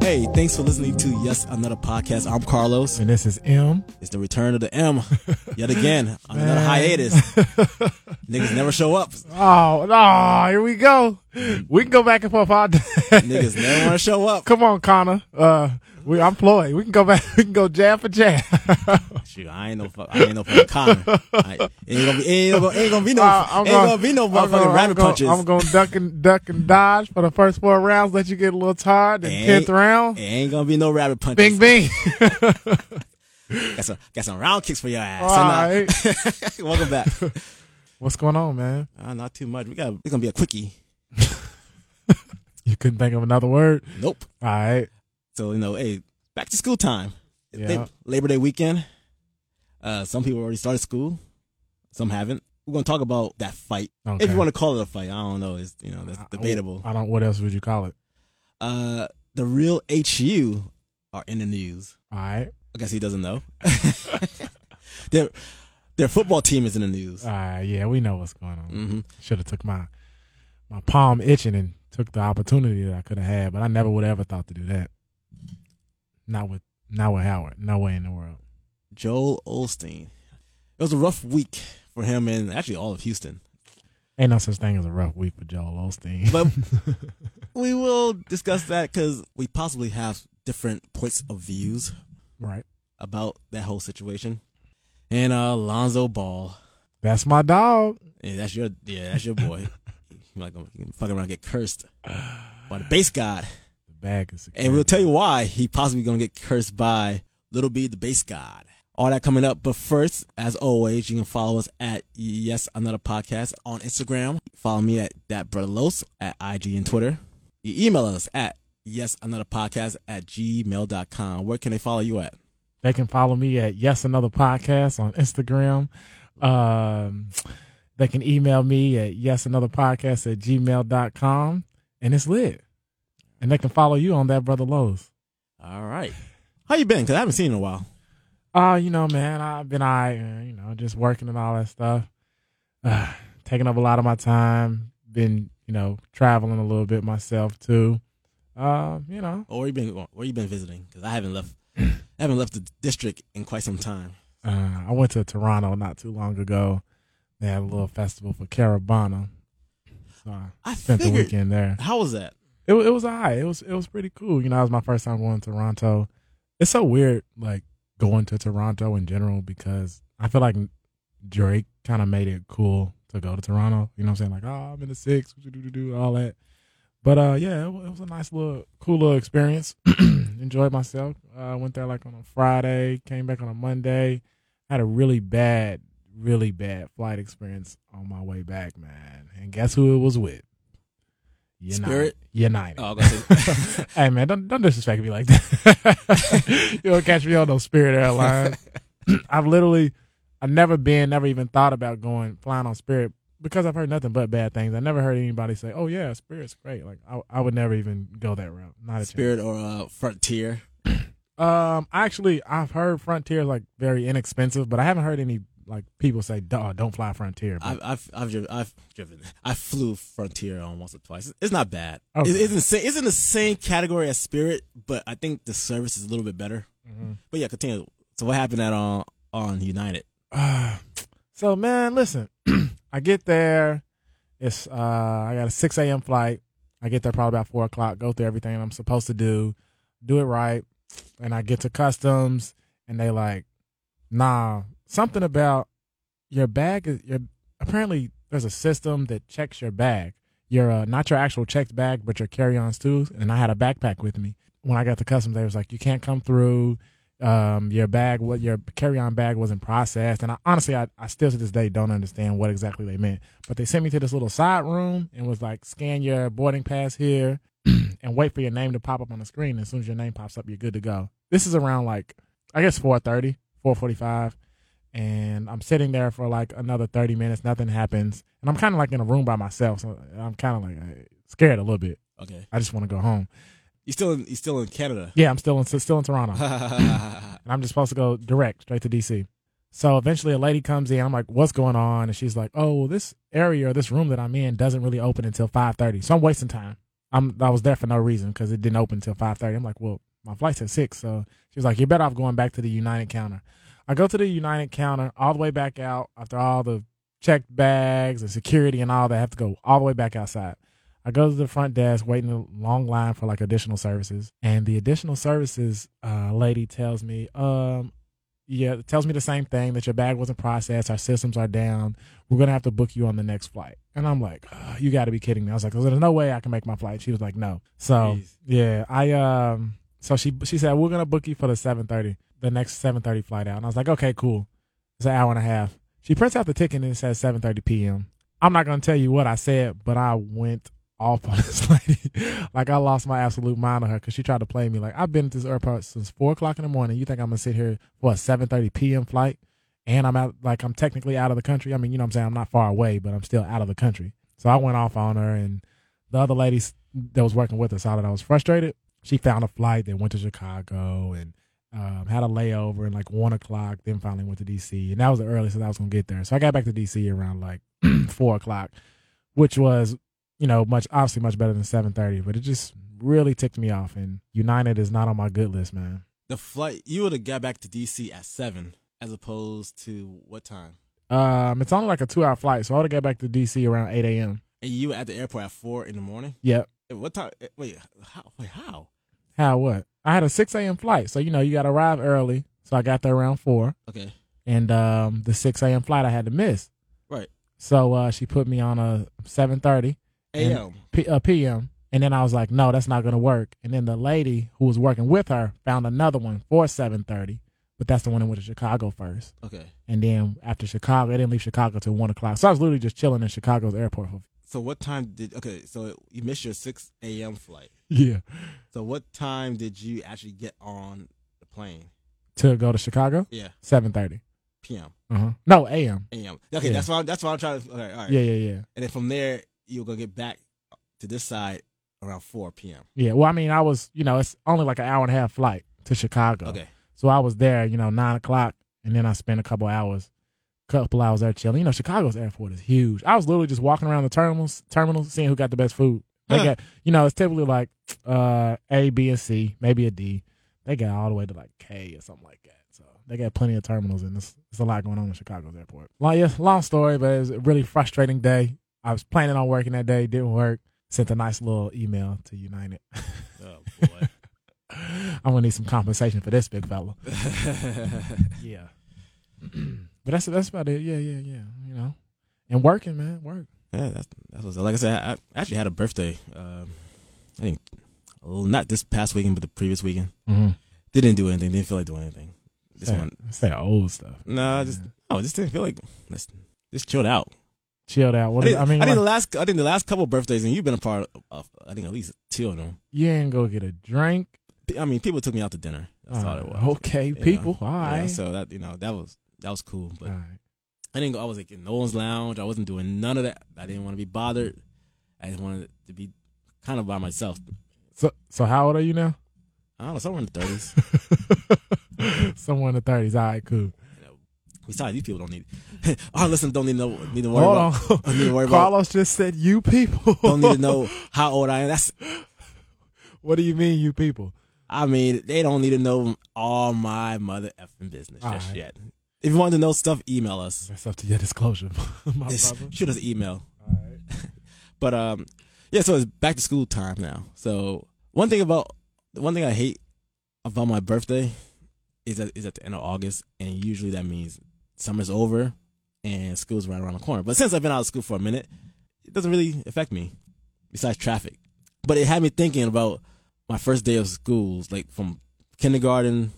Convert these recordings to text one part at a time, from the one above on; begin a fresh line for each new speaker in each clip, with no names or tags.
Hey, thanks for listening to Yes Another Podcast. I'm Carlos.
And this is M.
It's the return of the M yet again on another hiatus. Niggas never show up.
Oh, no, here we go. We can go back and forth all day.
Niggas never want to show up.
Come on, Connor. Uh, we, I'm Floyd. We can go back. We can go jab for jab.
Shoot, I ain't no fuck. I ain't no fucking Connor. I, ain't gonna be ain't gonna, ain't gonna be no
Uh, I'm
ain't gonna, be no
I'm
motherfucking
gonna-
rabbit
I'm gonna,
punches.
I'm going to duck and duck and dodge for the first four rounds. Let you get a little tired.
Ain't-
And tenth round,
ain't gonna be no rabbit punches.
Bing Bing.
Got some got some round kicks for your ass.
All
So nah.
right.
Welcome back.
What's going on, man?
Uh, not too much. We got it's gonna be a quickie.
You couldn't think of another word.
Nope.
All right.
So you know, hey, back to school time.
Yeah.
Lab- Labor Day weekend. Uh, some people already started school. Some haven't. We're gonna talk about that fight,
Okay.
if you want to call it a fight. I don't know. It's you know that's debatable.
I, don't. What else would you call it?
Uh, the real HU are in the news.
All right.
I guess he doesn't know. their their football team is in the news.
All right. Yeah, we know what's going on.
hmm
should have took my my palm itching and took the opportunity that I could have had, but I never would have ever thought to do that. Not with not with Howard. No way in the world.
Joel Olstein. It was a rough week for him and actually all of Houston.
Ain't no such thing as a rough week for Joel Osteen.
But we will discuss that because we possibly have different points of views
right.
about that whole situation. And uh, Lonzo Ball,
That's my dog.
yeah, that's your yeah, that's your boy. you like you can fuck around, and get cursed by the base god,
The bag is secure.
and we'll tell you why he possibly gonna get cursed by Little B, the base god. All that coming up, but first, as always, you can follow us at Yes Another Podcast on Instagram. Follow me at that brother Los at IG and Twitter. You email us at yes another podcast at gmail.com. Where can they follow you at?
They can follow me at Yes Another Podcast on Instagram. Um, they can email me at Yes Another Podcast at gmail.com. And it's lit. And they can follow you on that brother Lowe's.
All right. How you been? Because I haven't seen you in a while.
Oh, you know, man, I've been I, you know, just working and all that stuff, uh, taking up a lot of my time. Been, you know, traveling a little bit myself too. Uh, you know,
Or where you been? Where you been visiting? Because I haven't left. I haven't left the district in quite some time.
uh, I went to Toronto not too long ago. They had a little festival for Carabana, so I
I
spent the
figured.
weekend there.
How was that?
It wa- it was alright. It was it was pretty cool. You know, it was my first time going to Toronto. It's so weird, like going to Toronto in general, because I feel like Drake kind of made it cool to go to Toronto. You know what I'm saying? Like, oh, I'm in the six, do-do-do-do, all that. But uh, yeah, it, wa- it was a nice little cool little experience. Enjoyed myself. uh, went there like on a Friday, came back on a Monday. Had a really bad, really bad flight experience on my way back, man. And guess who it was with? United.
Spirit?
United.
Oh, I was gonna say-
Hey man, don't don't disrespect me like that. you don't catch me on no Spirit airline. I've literally, I've never been, never even thought about going flying on Spirit because I've heard nothing but bad things. I never heard anybody say, "Oh yeah, Spirit's great." Like I, I would never even go that route. Not a
Spirit or uh, Frontier?
Chance. Um, actually, I've heard Frontier is, like very inexpensive, but I haven't heard any like people say, "Duh, don't fly Frontier." But
I've I've I've driven, I've driven. I flew Frontier almost or twice. It's not bad.
Okay.
It isn't sa- it's in the same category as Spirit, but I think the service is a little bit better.
Mhm.
But yeah, continue. So what happened at on on United?
Uh, so man, listen, I get there. It's uh, I got a six a.m. flight. I get there probably about four o'clock. Go through everything I'm supposed to do, do it right, and I get to customs, and they like, nah, something about your bag is your. Apparently, there's a system that checks your bag. Your uh, not your actual checked bag, but your carry-ons too. And I had a backpack with me. When I got to customs, they was like, you can't come through um, your bag, what your carry-on bag wasn't processed, and I, honestly, I, I still to this day don't understand what exactly they meant. But they sent me to this little side room and was like, scan your boarding pass here, and wait for your name to pop up on the screen. As soon as your name pops up, you're good to go. This is around like, I guess 4:30, 4:45, and I'm sitting there for like another 30 minutes. Nothing happens, and I'm kind of like in a room by myself, so I'm kind of like uh, scared a little bit.
Okay,
I just want to go home.
you still in, you still in Canada?
Yeah, I'm still in still in Toronto.
That's
and I'm just supposed to go direct straight to DC. So eventually, a lady comes in. I'm like, "What's going on?" And she's like, "Oh, well, this area or this room that I'm in doesn't really open until 5:30, so I'm wasting time." I'm I was there for no reason because it didn't open until five thirty. I'm like, well, my flight's at six, so she was like, you're better off going back to the United counter. I go to the United counter all the way back out after all the checked bags and security and all that. I have to go all the way back outside. I go to the front desk, waiting in a long line for like additional services, and the additional services uh, lady tells me, um, yeah, tells me the same thing that your bag wasn't processed, our systems are down, we're gonna have to book you on the next flight. And I'm like, "Ugh, you got to be kidding me. I was like, there's no way I can make my flight. She was like, no. So
Jeez.
yeah, I um, so she she said we're gonna book you for the 7:30, the next 7:30 flight out. And I was like, okay, cool. It's an hour and a half. She prints out the ticket and it says 7:30 p.m. I'm not gonna tell you what I said, but I went off on this lady. like I lost my absolute mind on her because she tried to play me. Like I've been at this airport since four o'clock in the morning. You think I'm gonna sit here for a 7:30 p.m. flight? and I'm out like I'm technically out of the country. I mean, you know what I'm saying? I'm not far away, but I'm still out of the country. So I went off on her and the other ladies that was working with us saw that I was frustrated. She found a flight, then went to Chicago and um, had a layover and like one o'clock, then finally went to DC. And that was the earliest that I was gonna get there. So I got back to DC around like four o'clock, which was, you know, much obviously much better than seven thirty, but it just really ticked me off and United is not on my good list, man.
The flight you would have got back to DC at seven, as opposed to what time?
Um, it's only like a two hour flight, so I would have got back to DC around eight AM.
And you were at the airport at four in the morning.
Yep.
Eh, What time? eh, Wait, how? Wait, how?
How what? I had a 6 a.m. flight. So, you know, you got to arrive early. So I got there around 4.
Okay,
And um, the 6 a.m. flight I had to miss.
Right.
So uh, she put me on a 7.30 And-
a.m.
p- uh, p.m. And then I was like, no, that's not going to work. And then the lady who was working with her found another one for 7.30. But that's the one that went to Chicago first.
Okay,
And then after Chicago, they didn't leave Chicago till 1 o'clock. So I was literally just chilling in Chicago's airport. For-
so what time did? Okay, so you missed your six a.m. flight.
yeah.
So what time did you actually get on the plane?
To go to Chicago,
Yeah,
7.30.
p.m.
Uh-huh. No, a.m.
a.m. Okay,
Yeah.
that's why I'm, that's why I'm trying to. Okay, all right.
Yeah, yeah, yeah.
And then from there you were gonna get back to this side around four p.m.
Yeah. Well, I mean, I was, you know, it's only like an hour and a half flight to Chicago.
Okay,
So I was there, you know, nine o'clock, and then I spent a couple hours, couple hours there chilling. You know, Chicago's airport is huge. I was literally just walking around the terminals, terminals, seeing who got the best food. They
Huh.
got, you know, it's typically like uh, A, B, and C, maybe a D. They got all the way to like K or something like that. So they got plenty of terminals, and it's, it's a lot going on in Chicago's airport. Long, yeah, long story, but it was a really frustrating day. I was planning on working that day, didn't work. Sent a nice little email to United.
oh boy.
I'm gonna need some compensation for this big fella. Yeah. but that's that's about it. Yeah, yeah, yeah. You know, and working, man, work.
Yeah, that's that's what's like I said. I I actually had a birthday. Um, I think well, not this past weekend, but the previous weekend.
Mm-hmm.
Didn't do anything. Didn't feel like doing anything. Just
Yeah.
went-
It's that old stuff.
no, I just
Yeah.
no, I just didn't feel like just, just chilled out.
chilled out. What
I,
is-
think,
I mean,
I think the
like,
last I think the last couple birthdays, and you've been a part of. I think at least two of them.
you ain't go get a drink.
I mean, people took me out to dinner. That's all it
Uh,
was.
Okay,
You know,
people. All
Yeah,
right.
so that you know that was that was cool, but
all right.
I didn't go. I was like in no one's lounge. I wasn't doing none of that. I didn't want to be bothered. I just wanted to be kind of by myself.
So so how old are you now?
I don't know, somewhere in the thirties.
Somewhere in the thirties. All right, cool.
Besides, these people don't need. Our listeners don't need to know. Need to worry
Hold
about.
on.
Need to worry about.
Carlos just said you people.
Don't need to know how old I am. That's.
What do you mean, you people?
I mean, they don't need to know all my mother effing business just
Alright.
yet. If you want to know stuff, email us.
That's up to your disclosure, my
Just
brother.
shoot us an email.
All right.
But um, yeah. So it's back to school time now. So one thing about one thing I hate about my birthday is that is at the end of August, and usually that means summer's over and school's right around the corner. But since I've been out of school for a minute, it doesn't really affect me, besides traffic. But it had me thinking about my first day of schools, like from kindergarten,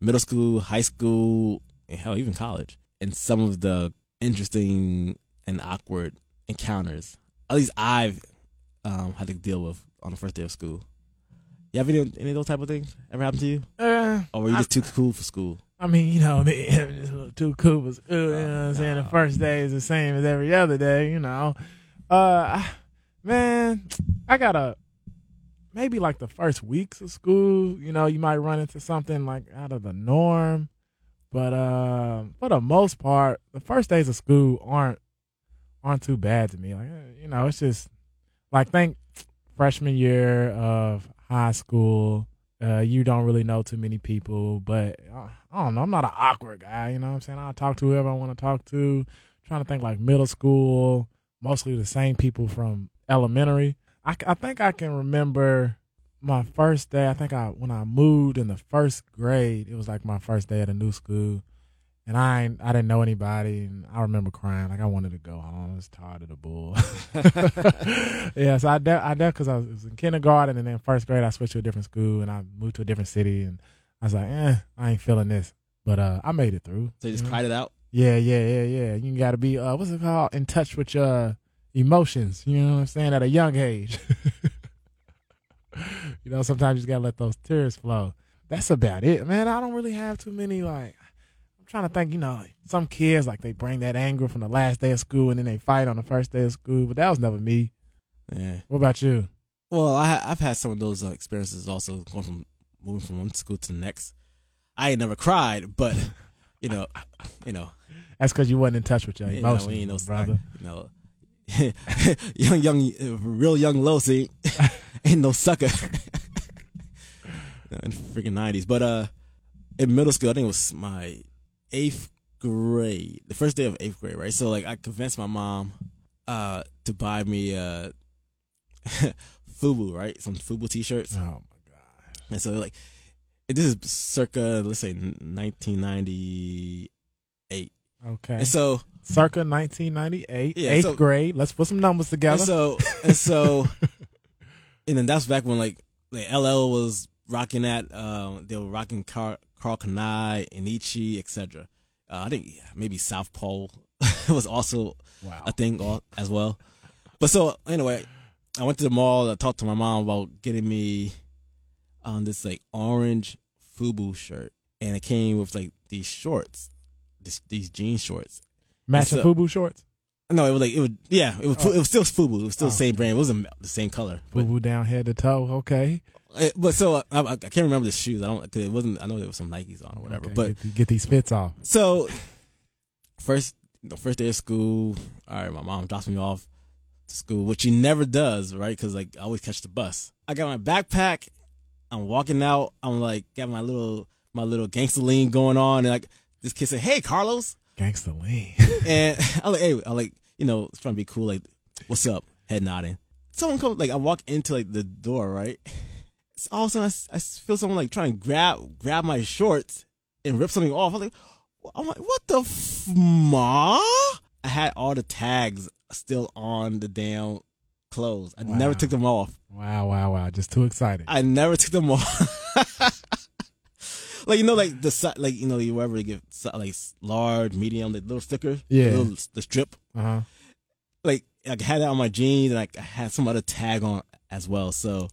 middle school, high school, and hell, even college, and some of the interesting and awkward encounters. At least I've um, had to deal with on the first day of school. You have any any of those type of things ever happen to you,
Uh,
or were you
I-
just too cool for school?
I mean, you know, the two Coopers. Ooh, you know what I'm saying? The
no.
first day is the same as every other day, you know. Uh, I- man, I got to maybe like the first weeks of school, you know, you might run into something like out of the norm. But uh, for the most part, the first days of school aren't aren't too bad to me. Like, eh, you know, it's just like think freshman year of high school. Uh, you don't really know too many people, but uh, I don't know. I'm not an awkward guy. You know what I'm saying? I talk to whoever I want to talk to. trying to think like middle school, mostly the same people from elementary. I, c- I think I can remember my first day. I think I when I moved in the first grade, it was like my first day at a new school, and I ain't- I didn't know anybody, and I remember crying like I wanted to go home. I was tired of the bull. yeah, so I de- I because I was, it was in kindergarten and then first grade I switched to a different school and I moved to a different city and I was like, eh, I ain't feeling this, but uh, I made it through.
So you just
you know?
cried it out.
Yeah, yeah, yeah, yeah. You gotta be uh what's it called? In touch with your emotions. You know what I'm saying? At a young age. you know, sometimes you just gotta let those tears flow. That's about it. Man, I don't really have too many like I'm trying to think, you know, like, some kids like they bring that anger from the last day of school and then they fight on the first day of school, but that was never me.
Yeah.
What about you?
Well, I ha- I've had some of those uh, experiences also going from moving from one school to the next. I ain't never cried, but you know, you know,
That's because you wasn't in touch with your
you know,
emotions,
we ain't no
brother.
You know, young, young, uh, real young Losi ain't no sucker No, in freaking nineties. But uh, in middle school, I think it was my eighth grade, the first day of eighth grade, right? So like, I convinced my mom uh to buy me uh FUBU, right? Some FUBU t-shirts.
Oh my god.
And so, like, this is circa, let's say, 1998.
Okay.
And so,
Circa 1998,
Yeah,
eighth
so-
grade. Let's put some numbers
and
together.
so, and so, and then that's back when, like, like LL was rocking that. Um, they were rocking Carl, Carl Kanai, Inichi, etc. Uh, I think maybe South Pole was also
wow.
a thing al- as well. But so anyway, I went to the mall. I talked to my mom about getting me um this like orange FUBU shirt, and it came with like these shorts, this, these jean shorts.
Matching
So-
FUBU shorts.
No, it was like it was yeah, it was
Oh.
it was still FUBU. It was still the
Oh.
same brand. It wasn't the same color. But,
FUBU down head to toe. Okay.
eh, but so I, I I can't remember the shoes. I don't. Cause it wasn't. I know there was some Nikes on or whatever.
Okay,
But
get, th- get these fits off.
So, first the first day of school, all right, my mom drops me off to school, which she never does, right? Because like I always catch the bus. I got my backpack. I'm walking out. I'm like got my little my little gangster lean going on, and like this kid said, "Hey, Carlos,"
Gangsta lean.
and I'm like, "Hey," I'm like, you know, trying to be cool, like, "What's up?" Head nodding. Someone comes, like I walk into like the door, right? So all of a sudden, I s- I, s- feel someone like trying to grab grab my shorts and rip something off. I'm like, I'm like, what the f- ma? I had all the tags still on the damn clothes. I never
Wow.
took them off.
wow, wow, wow. Just too excited.
I never took them off. like you know, like the si- like you know, you ever get si- like s- large, medium, the little sticker, the
Yeah.
little, the strip.
Uh-huh.
Like I had that on my jeans, and like, I had some other tag on as well. So.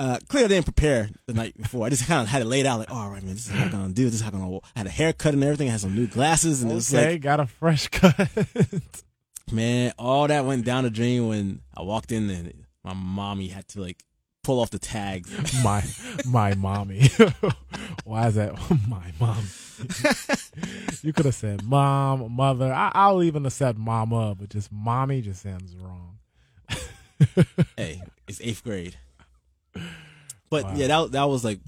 Uh, clearly I didn't prepare the night before. I just kind of had it laid out like, oh, all right, man, this is how I'm gonna do. This is how I'm gonna. Walk. I had a haircut and everything. I had some new glasses, and it was like,
Okay, got a fresh cut.
Man, all that went down the drain when I walked in and my mommy had to like pull off the tags.
my my mommy. Why is that my mom? you could have said mom, mother. I, I'll even accept mama, but just mommy just sounds wrong.
hey, it's eighth grade. But
Wow.
yeah, that that was like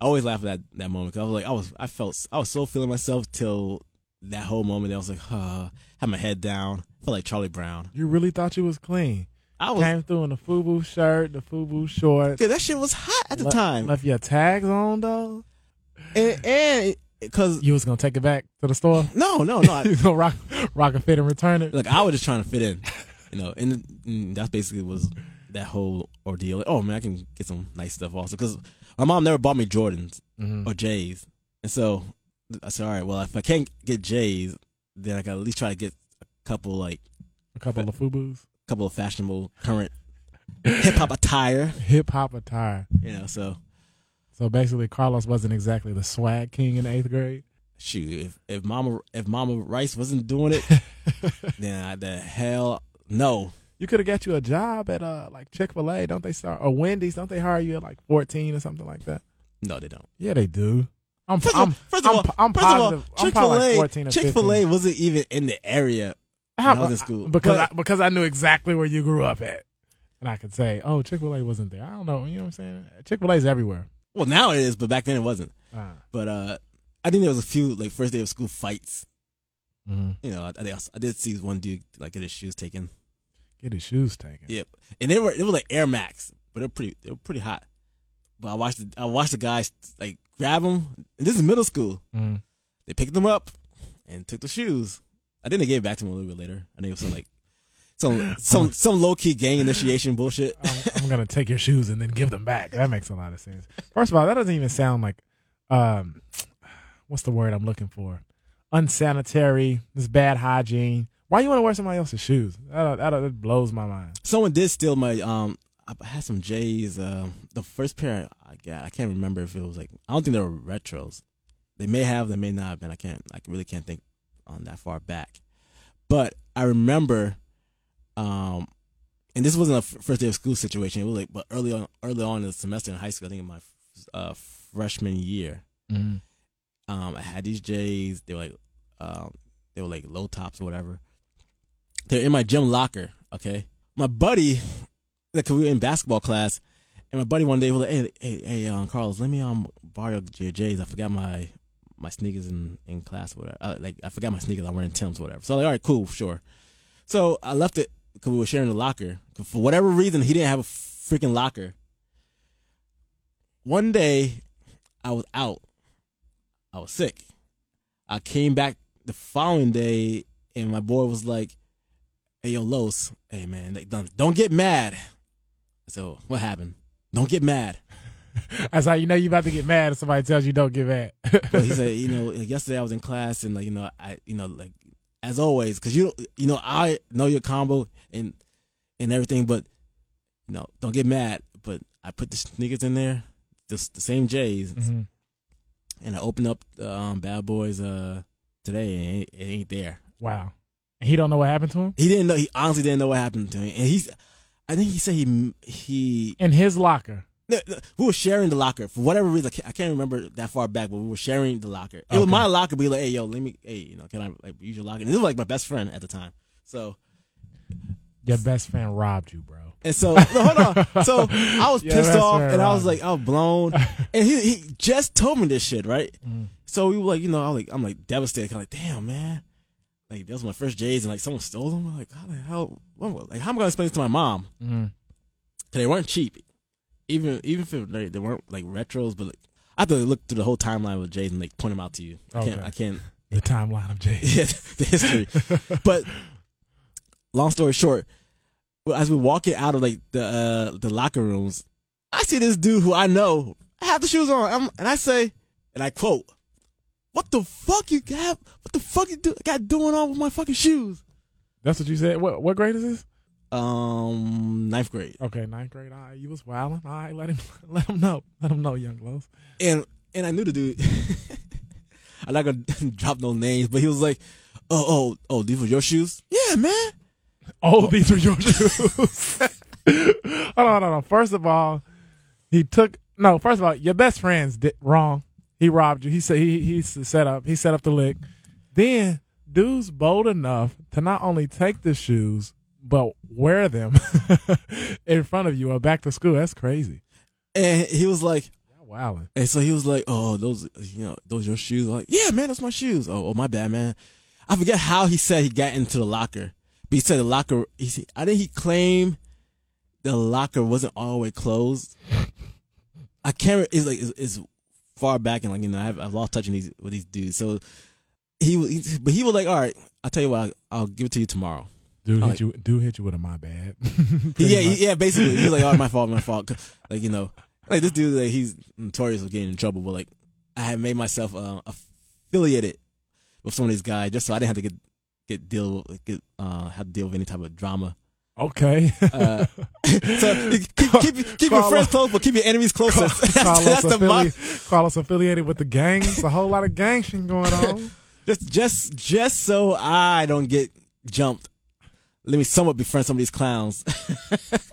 I always laugh at that, that moment 'cause I was like I was I felt I was so feeling myself till that whole moment. I was like, huh, had my head down, felt like Charlie Brown.
You really thought you was clean.
I was
Came through in the FUBU shirt, the FUBU shorts.
dude, that shit was hot at the
Le-
time,
Left your tags on though.
and and because
You was gonna take it back to the store.
no, no, no, I,
You was gonna rock, rock a fit and return it.
like I was just trying to fit in, you know, and, and that's basically was that whole ordeal. Like, oh man, I can get some nice stuff also because my mom never bought me Jordans
Mhm.
or J's, and so I said, all right, well if I can't get J's, then I gotta at least try to get a couple like
A couple of FUBUs.
couple of fashionable current hip hop attire,
Hip hop attire.
you know. So
So basically, Carlos wasn't exactly the swag king in eighth grade.
shoot, if if mama if Mama Rice wasn't doing it, then I, the hell no.
You could have got you a job at uh like Chick Fil A, don't they start or Wendy's? Don't they hire you at like fourteen or something like that?
No, they don't.
Yeah, they do. I'm
First of all-
I'm
first of
I'm,
all,
po- I'm
First of all,
positive. I'm
Chick
probably like
Fil
fourteen
A,
or
Chick Fil A wasn't even in the area
How
when I was in school.
because
But-
I, because I knew exactly where you grew up at. and I could say, "Oh, Chick Fil A wasn't there." I don't know. You know what I'm saying? Chick Fil A's everywhere.
Well, now it is, but back then it wasn't.
Ah.
But uh, I think there was a few like first day of school fights.
Mhm.
You know, I, I, think I s- I did see one dude like get his shoes taken.
Get his shoes taken.
Yep, and they were they were like Air Max, but they're pretty they're pretty hot. But I watched the, I watched the guys like grab them. And this is middle school.
Mhm.
They picked them up and took the shoes. I think they gave it back to him a little bit later. I think it was some like some some some low key gang initiation bullshit.
I'm, I'm gonna take your shoes and then give them back. That makes a lot of sense. First of all, that doesn't even sound like, um, what's the word I'm looking for? Unsanitary. This bad hygiene. Why you want to wear somebody else's shoes? That that, that blows my mind.
Someone did steal my um. I had some J's. Um, the first pair I got, I can't remember if it was like I don't think they were retros. They may have, they may not have been. I can't. I really can't think on that far back. But I remember, um, and this wasn't a f- first day of school situation. It was like, but early on, early on in the semester in high school, I think in my uh, freshman year, um, I had these J's. They were like, um, they were like low tops or whatever. They're in my gym locker. Okay, my buddy, like 'cause we were in basketball class, and my buddy one day was like, "Hey, hey, hey, um, Carlos, let me um borrow your J's. I forgot my my sneakers in in class or whatever. Uh, like I forgot my sneakers. I'm wearing Tim's or whatever. So I'm like, all right, cool, sure. So I left it because we were sharing the locker. 'Cause For whatever reason, he didn't have a freaking locker. One day, I was out. I was sick. I came back the following day, and my boy was like, "Hey, yo, Los, hey man, like, don't don't get mad." So what happened? Don't get mad.
That's how you know you about to get mad if somebody tells you don't get mad.
But he said, "You know, yesterday I was in class, and like, you know, I, you know, like, as always, because you, you know, I know your combo and and everything, but you know, don't get mad. But I put the sneakers in there, just the same J's,
Mhm.
and I opened up the, um, Bad Boys uh today, and it, it ain't there.
Wow. And he don't know what happened to him?
He didn't know. He honestly didn't know what happened to him. And he's, I think he said he he
In his locker.
no, no, we were sharing the locker for whatever reason. I can't, I can't remember that far back, but we were sharing the locker. It was
Okay.
my locker. Be like, hey, yo, let me, hey, you know, can I like use your locker? And this was like my best friend at the time. So
Your best friend robbed you, bro.
and so no, Oh, hold on. So I was
Your
pissed
best
off,
friend
and I was
robbed
like, I was blown. And he, he just told me this shit, right?
Mm.
So we were like, you know, I was like, I'm like devastated. Kind of like, damn, man. Like that was my first J's, and like someone stole them. I'm like, how the hell? Like, how am I gonna explain this to my mom?
Mm.
they weren't cheap. Even even if it- they, they weren't like retros, but like, I have to look through the whole timeline with Jason, like point them out to you. I can't.
Okay.
I can't.
The timeline of Jay.
Yeah, the history. But long story short, well, as we walking out of like the uh, the locker rooms, I see this dude who I know have the shoes on, I'm, and I say, and I quote, "What the fuck you got? What the fuck you do, got doing on with my fucking shoes?"
That's what you said. What what grade is this?
Um, ninth grade.
Okay, ninth grade. All right, you was wilding. All right, let him let him know. Let him know, young Los.
and and I knew the dude. I'm not gonna drop no names, but he was like, "Oh, oh, oh, these were your shoes? Yeah, man.
Oh, these are your shoes. hold on, hold on. First of all, he took no. First of all, your best friend's did wrong. He robbed you. He said he he set up. He set up the lick. Then dude's bold enough to not only take the shoes but wear them in front of you or back to school. That's crazy.
And he was like,
Wow.
and so he was like, "Oh, those, you know, those your shoes? I'm like, yeah, man, those my shoes. Oh, oh, my bad, man. I forget how he said he got into the locker, but he said the locker. He, said- I think he claimed the locker wasn't all the way closed. I can't. re- It's like it's, it's far back, and like you know, I've, I've lost touch with these with these dudes. So he, was- he, but he was like, "All right, I'll tell you what, I'll, I'll give it to you tomorrow."
Dude
Like-
hit you. Dude hit you with a my bad.
yeah,
Pretty much.
he- yeah, basically. He's like, oh, my fault, my fault. 'Cause, Like, you know, like this dude, like, he's notorious for getting in trouble, but like, I had made myself uh, affiliated with some of these guys just so I didn't have to get, get deal, get, uh, have to deal with any type of drama.
Okay.
Uh, so you keep, keep, keep your
Carlos-
friends close, but keep your enemies closer. that's
Carlos,
that's the motto.
affili- Carlos affiliated with the gang. It's a whole lot of gang shit going on.
Just, just, just so I don't get jumped. Let me somewhat befriend some of these clowns.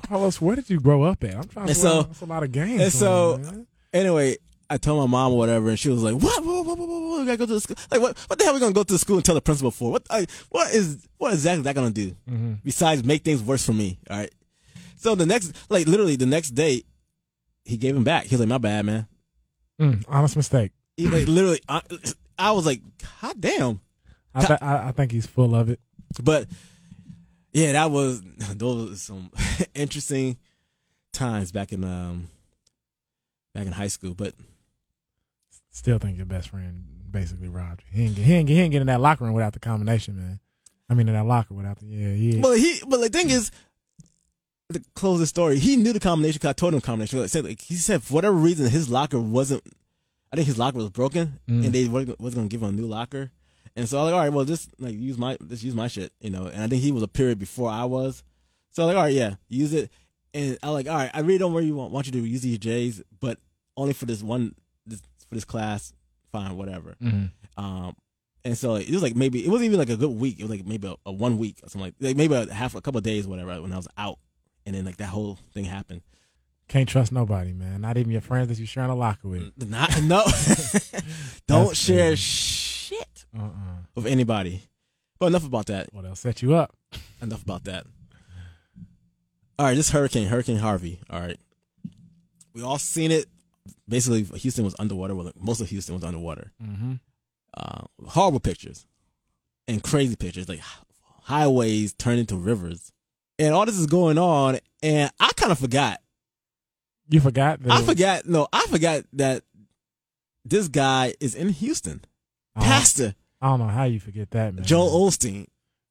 Carlos, where did you grow up at? I'm trying to.
And so-
That's a lot of gangs.
and so-
going on, man.
Anyway, I told my mom or whatever, and she was like, "What? What? What? What? what, what we gotta go to the school? Like, what? What the hell we gonna go to the school and tell the principal for?
Mm-hmm.
What? I, what is? What exactly is that gonna do? Besides make things worse for me? All right." So the next, like literally the next day, he gave him back. He was like, "My bad, man."
Mm, honest mistake.
He like literally, I, I was like, "God damn!"
I, th- I I think he's full of it.
But yeah, that was those were some interesting times back in um back in high school. But
Still think your best friend basically robbed you. He ain't get, he ain't, get- he ain't get in that locker room without the combination, man. I mean, in that locker without the yeah, yeah.
but he but the thing is, to close the story, he knew the combination. 'cause I told him the combination. Like, I said, like, he said for whatever reason his locker wasn't. I think his locker was broken,
Mm.
and they was going to give him a new locker. And so I was like, all right, well, just like use my just use my shit, you know. And I think he was a period before I was. So I was like, all right, yeah, use it. And I like, all right, I really don't really want, want you to use these J's, but only for this one, this, for this class. Fine, whatever.
Mhm.
Um, and so like, it was like maybe it wasn't even like a good week. It was like maybe a, a one week or something like, like maybe a half a couple of days, whatever. When I was out, and then like that whole thing happened.
Can't trust nobody, man. Not even your friends that you sharing a locker
Mm.
with.
Not no, don't
Mm. That's
share
crazy.
shit
Uh uh
with anybody. But enough about that.
Well, they'll set you up.
Enough about that. All right, this hurricane, Hurricane Harvey. All right, we all seen it. Basically, Houston was underwater. Well, like, most of Houston was underwater.
Mm-hmm.
uh, horrible pictures and crazy pictures, like h- highways turned into rivers. And all this is going on, and I kind of forgot.
You forgot. That
I
it was-
forgot. No, I forgot that this guy is in Houston,
I don't-
Pastor
I don't know how you forget that, man.
Joel Olstein,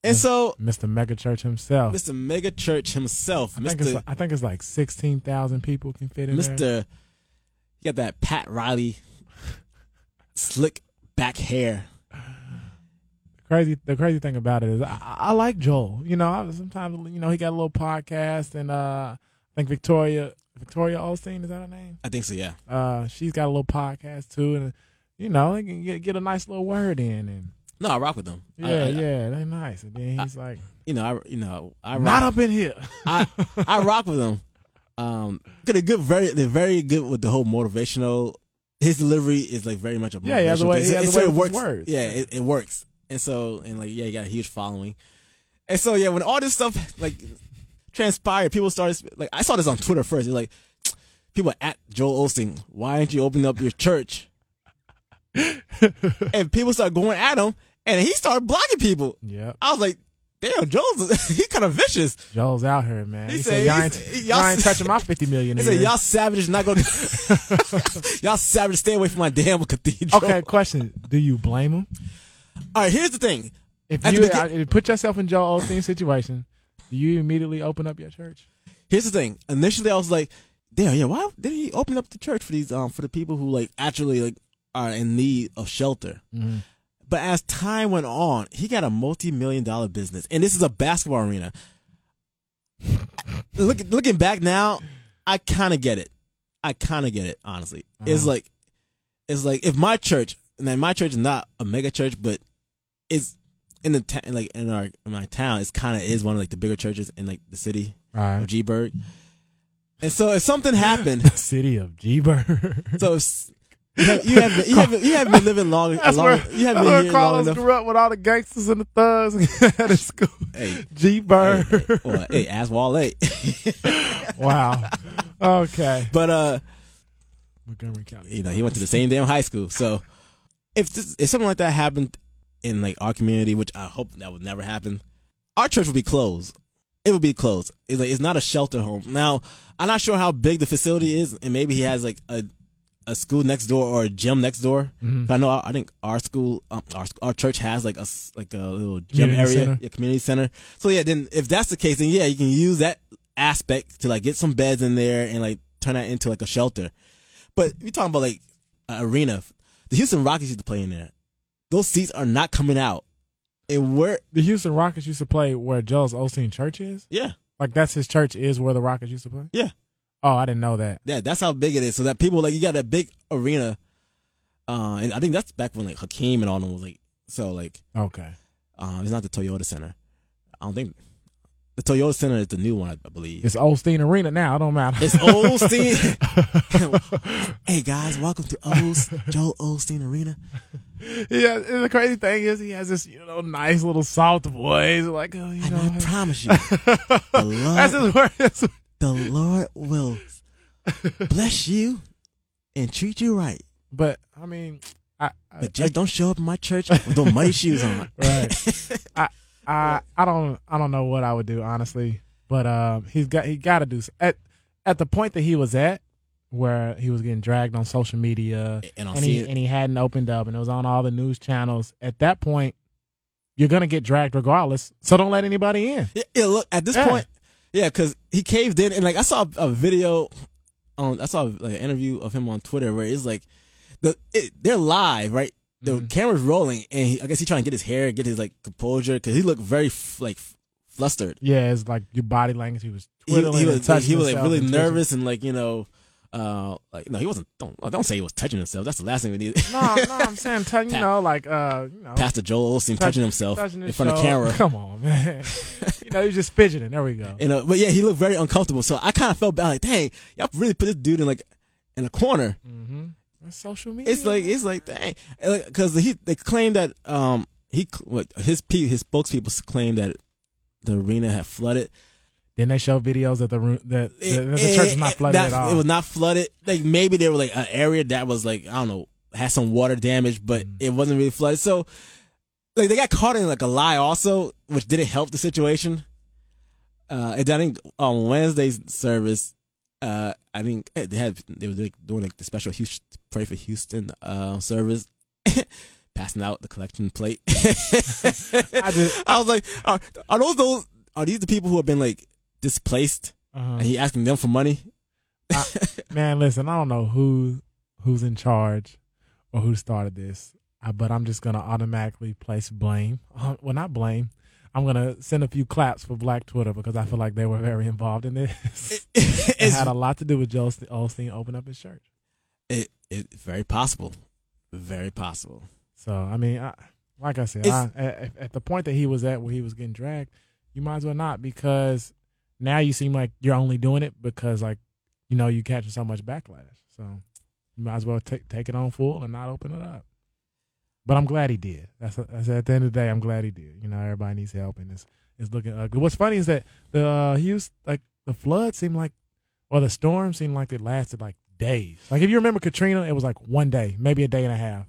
and
Yeah.
so
Mr. Megachurch himself.
Mr. Megachurch himself,
I think, it's,
Mr.
like- I think it's like 16,000 people can fit in there.
Mr. You got that Pat Riley slick back hair.
Crazy. The crazy thing about it is I, I I like Joel. You know, I was sometimes, you know, he got a little podcast and uh, I think Victoria, Victoria Olstein, is that her name?
I think so, yeah.
Uh, she's got a little podcast too. And, you know, he can get, get a nice little word in. And
No, I rock with them. I-
yeah,
I-
yeah, they're nice. And then he's like,
You know, I you know I rock.
not up in here.
I I rock with him. Um, 'cause they're good, very they're very good with the whole motivational. His delivery is like very much a motivational
Yeah, he has a way-
thing.
he has
and
a
so
way
it
with his
works.
words.
Yeah, it, it works. And so and like yeah, he got a huge following. And so yeah, when all this stuff like transpired, people started like I saw this on Twitter first. It's like people at Joel Osteen, why aren't you opening up your church? and people start going at him, and he started blocking people.
Yep.
I was like, damn, Joel's he kind of vicious.
Joel's out here, man.
He
He,
said-
said, y'all
he
ain't,
said-
y'all
y'all
ain't touching my 50 million.
They
a
said,
year."
y'all savage not gonna. y'all savage, stay away from my damn cathedral.
Okay, question. Do you blame him?
All right, here's the thing.
If
At the
you
begin-
I- if you put yourself in Joel Osteen's situation, do you immediately open up your church?
Here's the thing. Initially, I was like, damn, yeah, why did he open up the church for these, um, for the people who like actually like are in need of shelter?
Mm-hmm.
But as time went on, he got a multi-million dollar business, and this is a basketball arena. Look, looking back now, I kind of get it. I kind of get it. Honestly, it's
Uh-huh.
like, it's like if my church, and then my church is not a mega church, but it's in the ta- like in our in my town, it's kind of is one of like the bigger churches in like the city
All
of
right.
Gburg. And so, if something happened,
City of Jeber.
so if- you have you haven't you haven't, you haven't been living long,
that's
long
where,
you haven't been
that's where
here long
Carlos
enough.
grew up with all the gangsters and the thugs at his school.
Hey,
Jeber.
hey, hey, well, hey, ass wall eight.
wow. Okay.
but uh,
Montgomery County.
you know, he went to the same damn high school. So if this, if something like that happened in like our community, which I hope that would never happen, our church would be closed. It would be closed. It's like it's not a shelter home. Now I'm not sure how big the facility is, and maybe he has like a a school next door or a gym next door.
Mhm.
I know I, I think our school, um, our sc- our church has like a s- like a little gym
Community
area,
center.
yeah, community center. So yeah, then if that's the case, then yeah, you can use that aspect to like get some beds in there and like turn that into like a shelter. But you're talking about like an arena. The Houston Rockets used to play in there. Those seats are not coming out, and we're
The Houston Rockets used to play where Joel's Osteen church is.
yeah,
Like that's his church is where the Rockets used to play.
Yeah.
Oh, I didn't know that.
yeah. That's how big it is. So that people like you got that big arena, uh, and I think that's back when like Hakeem and all them was like so like
Okay.
Um, it's not the Toyota Center. I don't think the Toyota Center is the new one, I believe.
It's Osteen Arena now. It don't matter.
It's Osteen. hey guys, welcome to O's, Joel Osteen Arena.
Yeah, and the crazy thing is he has this, you know, nice little soft voice, like oh, you
And I
know,
promise you, the love,
that's his word.
the
That's,
Lord will bless you and treat you right.
But I mean, I, I-
But just don't show up in my church with those muddy shoes on.
Right. I I don't I don't know what I would do honestly, but um, he's got he got to do s- at at the point that he was at, where he was getting dragged on social media,
and I'll
and
see
he
it.
and he hadn't opened up, and it was on all the news channels. At that point, you're gonna get dragged regardless, so don't let anybody in.
Yeah, yeah, look at this
Yeah.
point. Yeah, because he caved in, and like I saw a, a video on, I saw like an interview of him on Twitter where it's like, the it, they're live, right? The
Mhm.
camera's rolling, and he, I guess he's trying to get his hair, get his like composure, because he looked very f- like f- flustered.
Yeah, it's like your body language. He was
He, he
twiddling. and
was
touching
he was like
himself
really
and twitching.
nervous and like you know, uh, like no, he wasn't. Don't don't say he was touching himself. That's the last thing we need.
No, no, I'm saying, touch- you know, like uh, you know,
Pastor Joel Osteen touching himself
touching
in
his
front of
shoulder.
camera.
Come on, man. you know, he was just fidgeting. There we go.
You know, but yeah, he looked very uncomfortable. So I kind of felt bad. Like, dang, y'all really put this dude in like in a corner.
Mm-hmm. That's social media.
It's like it's like dang, because he they claim that um he what, his pe- his spokespeople claim that the arena had flooded.
Then they show videos that the room that,
It-
that the church is
it-
not flooded
that-
at all.
It was not flooded. Like maybe there was like an area that was like I don't know had some water damage, but
Mm.
it wasn't really flooded. So like they got caught in like a lie also, which didn't help the situation. Uh, and I think on Wednesday's service, uh, I think eh, they had they were like, doing like the special Houston, pray for Houston uh, service, passing out the collection plate. I,
I just-
was like, are, are those those are these the people who have been like displaced?
Uh-huh.
And he asking them for money.
Man, listen, I don't know who who's in charge or who started this, uh, but I'm just gonna automatically place blame. Uh, well, not blame. I'm gonna send a few claps for Black Twitter because I feel like they were very involved in this. it
it's,
had a lot to do with Joel Osteen opening up his church.
it, it's very possible. Very possible.
So I mean, I, like I said, I,
It's-
at, at the point that he was at where he was getting dragged, you might as well not because now you seem like you're only doing it because like you know you catching so much backlash. So you might as well take take it on full and not open it up. But I'm glad he did. That's, that's at the end of the day. I'm glad he did. You know, everybody needs help, and it's it's looking ugly. What's funny is that the uh, Hughes like the flood seemed like, or the storm seemed like it lasted like days. Like if you remember Katrina, it was like one day, maybe a day and a half.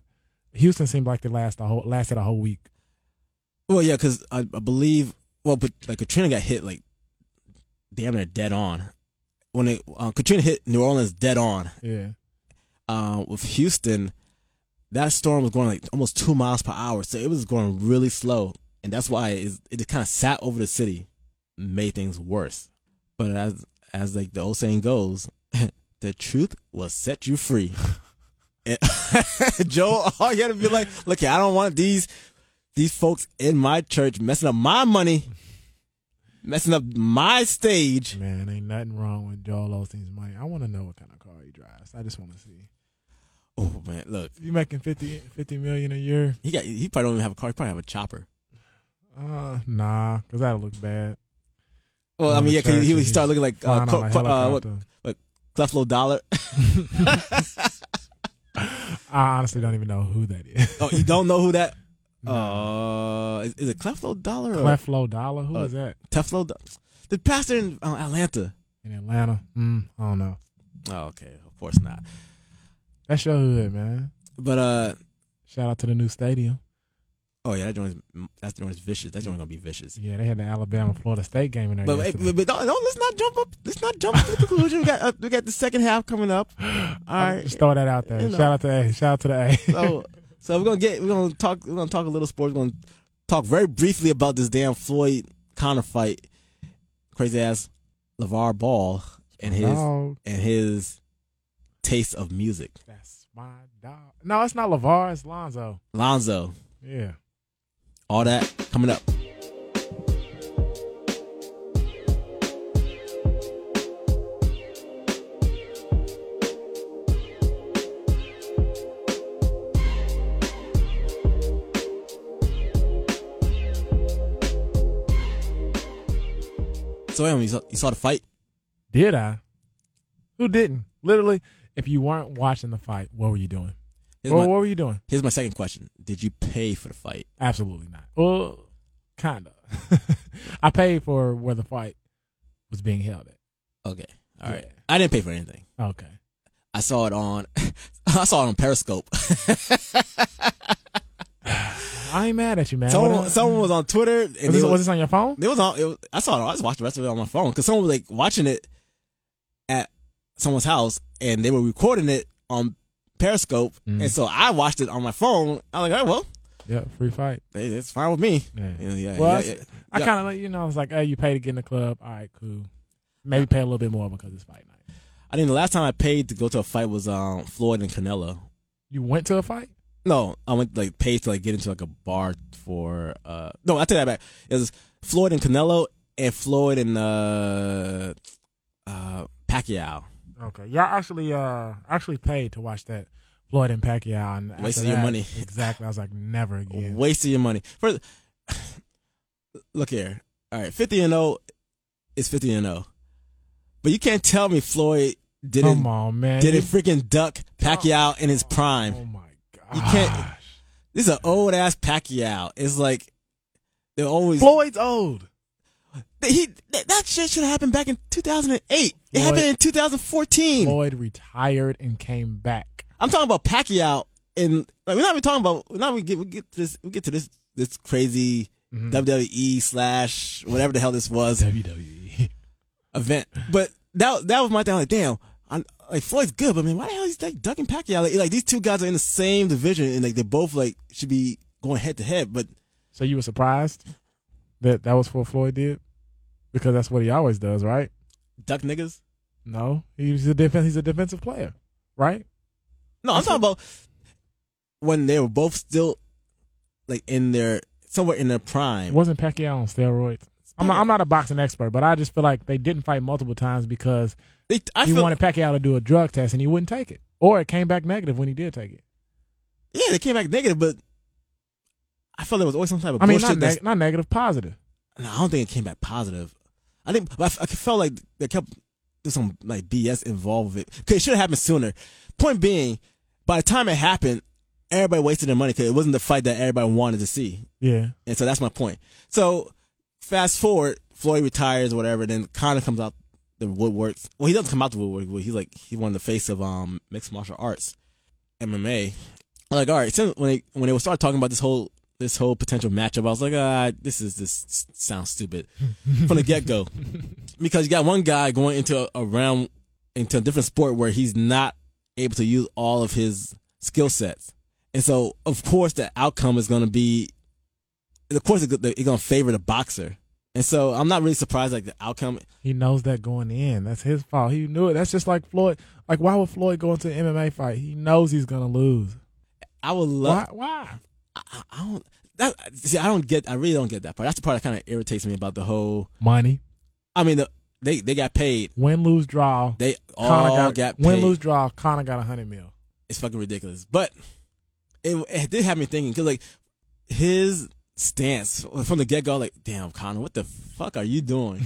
Houston seemed like they last a whole lasted a whole week.
Well, yeah, because I, I believe. Well, but like Katrina got hit like damn near dead on. When it, uh, Katrina hit New Orleans dead on
Yeah,
uh, with Houston, that storm was going like almost two miles per hour, so it was going really slow, and that's why it's, it kind of sat over the city, made things worse. But as as like the old saying goes, the truth will set you free. And Joe, all you had to be like, look, here, I don't want these these folks in my church messing up my money, messing up my stage.
man, ain't nothing wrong with Joel Osteen's money. I want to know what kind of car he drives. I just want to see.
Oh man, look,
If you making 50, 50 million a year,
he got he probably don't even have a car. He probably have a chopper.
uh, nah, because that'll look bad.
Well, I
On
mean,
the
yeah, cause
church
he,
and
he
he's
started looking like uh,
Flying
Cl-
on a
Cl- uh, what,
helicopter.
Cleflo Dollar.
I honestly don't even know who that is.
oh, you don't know who that? Uh,
Nah.
is, is it Cleflo Dollar or
Cleflo Dollar. Who is
uh,
that
Teflo? Do- the pastor in uh, Atlanta.
in Atlanta? Mm, I don't know.
Oh, okay, of course not.
That's your hood, man.
But uh,
Shout out to the new stadium.
oh yeah, that joint is that joint is vicious. That joint gonna be vicious.
Yeah, they had the Alabama Florida State game in there.
But,
yesterday.
but, but don't, don't let's not jump up. Let's not jump to the conclusion. We got uh, we got the second half coming up. All
I'll
right.
just throw that out there.
You know.
Shout out to A. Shout out to the A.
So, so we're gonna get we're gonna talk we're gonna talk a little sports. We're gonna talk very briefly about this damn Floyd Connor fight. Crazy ass Levar Ball and his
Dog.
and his taste of music.
That's my dog. No, it's not Lavar. It's Lonzo.
Lonzo,
Yeah.
all that coming up. So anyway, you saw, you saw the fight.
Did I? Who didn't? Literally, if you weren't watching the fight, what were you doing?
Here's,
Well,
my,
what were you doing?
here's my second question: Did you pay for the fight?
Absolutely not.
Uh,
Well, kind of. I paid for where the fight was being held at.
Okay. All right.
Yeah.
I didn't pay for anything.
Okay.
I saw it on. I saw it on Periscope.
I ain't mad at you, man.
someone,
What-
someone was on Twitter and
was,
they
this,
was-
was this on your phone?
It was on. It was, I saw it. I just watched the rest of it on my phone because someone was like watching it at someone's house and they were recording it on Periscope,
Mm.
and so I watched it on my phone. I was like, oh well,
Yeah, free fight.
hey, it's fine with me.
Yeah.
You know, yeah,
Well,
yeah,
that's-
yeah.
I kind of, you know, I was like, hey, you pay to get in the club. All right, cool. Maybe pay a little bit more because it's fight night.
I think the last time I paid to go to a fight was um Floyd and Canelo.
You went to a fight?
No, I went like paid to like get into like a bar for uh no, I take that back. It was Floyd and Canelo and Floyd and uh uh Pacquiao.
Okay. Y'all actually, uh, actually paid to watch that Floyd and Pacquiao. And after
Wasting your
that-
money.
Exactly. I was like, never again.
Wasting your money. First, look here. All right, fifty and zero is fifty and zero, but you can't tell me Floyd
Come
didn't
on, man.
didn't
You-
freaking duck Pacquiao in his prime.
Oh my god.
You can't- This is an old ass Pacquiao. It's like they're always
Floyd's old.
he that, that shit should have happened back in two thousand and eight. It
Floyd-
happened in two thousand fourteen.
Floyd retired and came back.
I'm talking about Pacquiao, and like we're not even talking about. We're not even get we get to this. We get to this this crazy
Mhm.
WWE slash whatever the hell this was E.
WWE.
event. But that that was my thing. I'm like, damn, i like Floyd's good, but man, why the hell is like ducking Pacquiao? Like, like these two guys are in the same division, and like they're both like should be going head to head. But
So you were surprised that that was what Floyd did? Because that's what he always does, right?
duck niggas.
No, he's a defense. He's a defensive player, right?
No, I'm talking about when they were both still like in their somewhere in their prime.
Wasn't Pacquiao on steroids? I'm not, I'm not a boxing expert, but I just feel like they didn't fight multiple times because
They, I
he
feel,
wanted Pacquiao to do a drug test and he wouldn't take it, or it came back negative when he did take it.
yeah, they came back negative, but I felt there was always some type of
I mean,
bullshit.
not,
that's-
neg- not negative, positive.
No, I don't think it came back positive. I think but I, f- I felt like they kept there's some like BS involved with it. 'Cause it should have happened sooner. Point being, by the time it happened, everybody wasted their money because it wasn't the fight that everybody wanted to see.
Yeah,
And so that's my point. So fast forward, Floyd retires or whatever, then Connor comes out the woodworks. Well, he doesn't come out the woodwork, but he's like he's one of the face of um mixed martial arts, MMA. I'm like, all right, so when they when they started talking about this whole this whole potential matchup, I was like, ah, this is this sounds stupid from the get go, because you got one guy going into a, a realm into a different sport where he's not able to use all of his skill sets, and so of course the outcome is going to be of course it's going to favor the boxer. And so I'm not really surprised like the outcome.
He knows that going in. That's his fault. He knew it. That's just like Floyd. Like, why would Floyd go into an MMA fight? He knows he's gonna lose.
I would love.
Why? Why?
I, I- I don't. That, see, I don't get. I really don't get that part. That's the part that kind of irritates me about the whole.
Money.
I mean, the, they they got paid.
Win, lose, draw.
They all
Connor
got,
got,
paid.
win, lose, draw. Connor got a hundred mil.
It's fucking ridiculous. But it, it did have me thinking because like his stance from the get go, like, damn, Connor, what the fuck are you doing?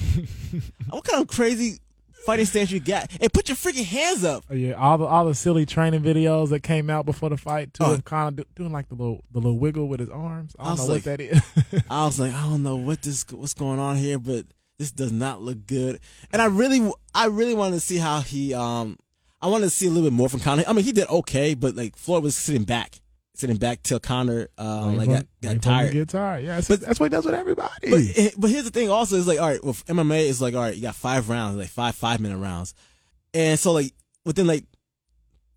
what kind of crazy fighting stance you got? And put your freaking hands up.
Oh, yeah, all the all the silly training videos that came out before the fight too.
Oh.
of Connor do, doing like the little the little wiggle with his arms. I
I
don't know
was
what that is.
I was like, I don't know what this what's going on here, but this does not look good. And I really, I really wanted to see how he, um, I wanted to see a little bit more from Connor. I mean, he did okay, but like Floyd was sitting back, sitting back till Connor, um, like
Wait
got,
for him to
got tired.
Get tired. Yeah, that's,
But-
that's what he does with everybody.
But, eh, but here's the thing also is like, all right, with MMA, it's like, all right, you got five rounds, like five five minute rounds. And so, like, within like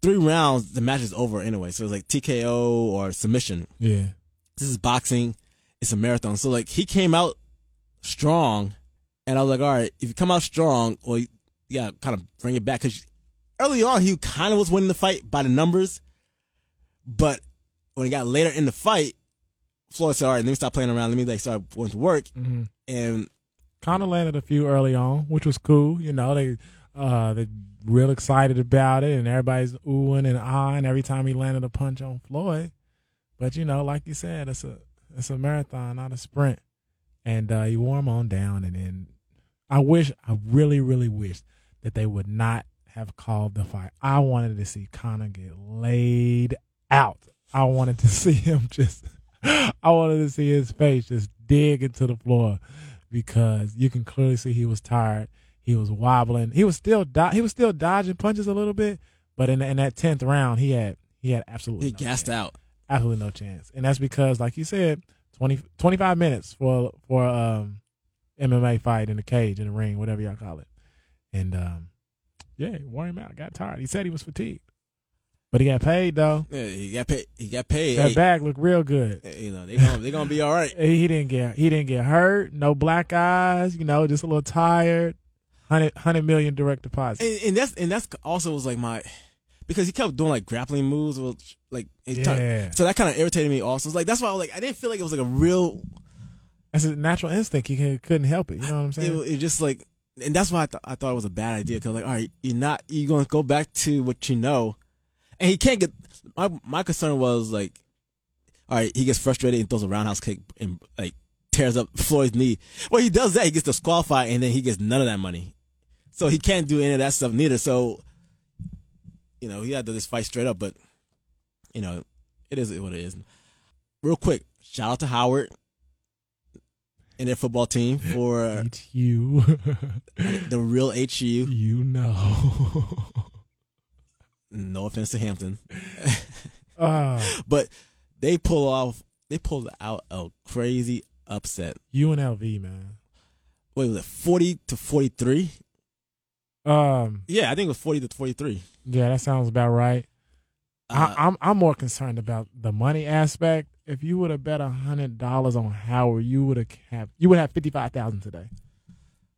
three rounds, the match is over anyway. So it's like TKO or submission.
yeah,
This is boxing, it's a marathon. So, like, he came out strong. And I was like, all right, if you come out strong, well, you, you got to kind of bring it back. Because early on, he kind of was winning the fight by the numbers. But when it got later in the fight, Floyd said, all right, let me stop playing around. Let me, like, start going to work
hmm
and
Connor landed a few early on, which was cool. You know, they uh they real excited about it, and everybody's oohing and ahhing every time he landed a punch on Floyd. But you know, like you said, it's a it's a marathon, not a sprint. And uh, he wore him on down, and then I wish, I really, really wish that they would not have called the fight. I wanted to see Connor get laid out. I wanted to see him just, I wanted to see his face just dig into the floor because you can clearly see he was tired. He was wobbling. He was still do- he was still dodging punches a little bit, but in in that tenth round, he had he had absolutely
He
no
gassed
chance.
out.
absolutely no chance, and that's because like you said, 20, 25 minutes for for um MMA fight in the cage in the ring, whatever y'all call it, and um yeah, it wore him out. Got tired. He said he was fatigued, but he got paid though.
Yeah, he got paid. He got paid.
That
Hey,
bag looked real good.
You know they gonna they gonna be all right.
He, he didn't get he didn't get hurt. No black eyes. You know, just a little tired. 100, 100 million direct deposit.
And, and that's and that's also was like my because he kept doing like grappling moves, which like and he kinda-
yeah,
so that kind of irritated me also. It's like that's why I was like I didn't feel like it was like a real.
that's his natural instinct. He can- couldn't help it. You know what I'm saying?
It, it just like and that's why I, th- I thought it was a bad idea because like all right you're not you're gonna go back to what you know, and he can't get my my concern was like all right he gets frustrated and throws a roundhouse kick and like tears up Floyd's knee. Well he does that he gets disqualified and then he gets none of that money, so he can't do any of that stuff neither. So you know he had to just fight straight up, but you know it is what it is. Real quick shout out to Howard. And their football team for
Eat you,
the real HU.
you know.
No offense to Hampton,
uh,
but they pull off. They pulled out a crazy upset.
UNLV man.
Wait, was it forty to forty three?
Um,
Yeah, I think it was forty to Uh, forty three.
yeah, that sounds about right. I, I'm I'm more concerned about the money aspect. If you would have bet hundred dollars on Howard, you would have have you would have fifty five thousand today.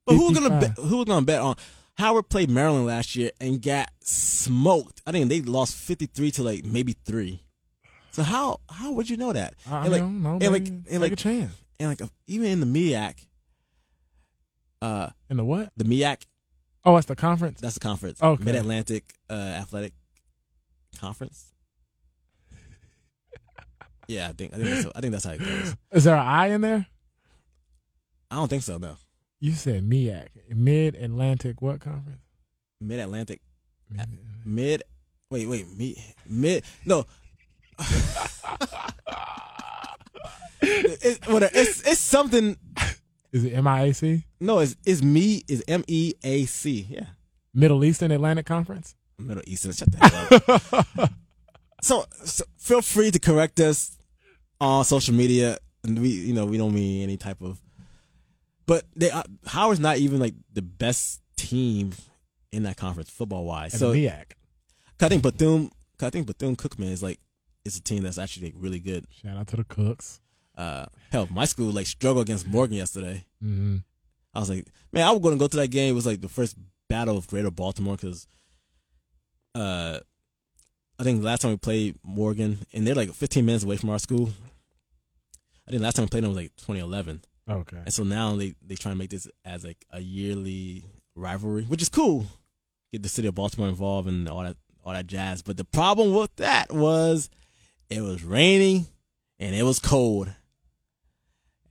but who gonna
55.
bet, who gonna bet on? Howard played Maryland last year and got smoked. I think they lost fifty three to like maybe three. So how how would you know that?
I, I
And, like,
don't know.
and,
Maybe,
like, and,
take
like-
a chance.
And like even in the MEAC, uh,
In the what?
the MEAC
Oh, it's the conference.
That's the conference.
Okay.
Mid Atlantic uh, Athletic Conference. yeah, I think I think that's, I think that's how it goes.
Is there an I in there?
I don't think so. No,
You said E MEAC, Mid Atlantic what conference?
Mid Atlantic uh, Mid. Wait, wait, mid mid. No, it's what it's it's something.
Is it MIAC?
No, it's it's me is M E A C. Yeah,
Middle Eastern Atlantic Conference?
Middle Eastern. Shut the hell up. so, so feel free to correct us on social media. And we, you know, we don't mean any type of. But they uh, Howard's not even like the best team in that conference football wise. So
so MEAC.
I think Bethune, 'cause I think Bethune Cookman is like it's a team that's actually like, really good.
Shout out to the Cooks.
Uh, hell, my school like struggled against Morgan yesterday.
Mm-hmm.
I was like, man, I was going to go to that game. It was like the first battle of Greater Baltimore because, uh, I think last time we played Morgan, and they're like 15 minutes away from our school. I think last time we played them was like 2011,
Okay.
and so now they they try to make this as like a yearly rivalry, which is cool. Get the city of Baltimore involved and all that all that jazz. But the problem with that was it was raining and it was cold,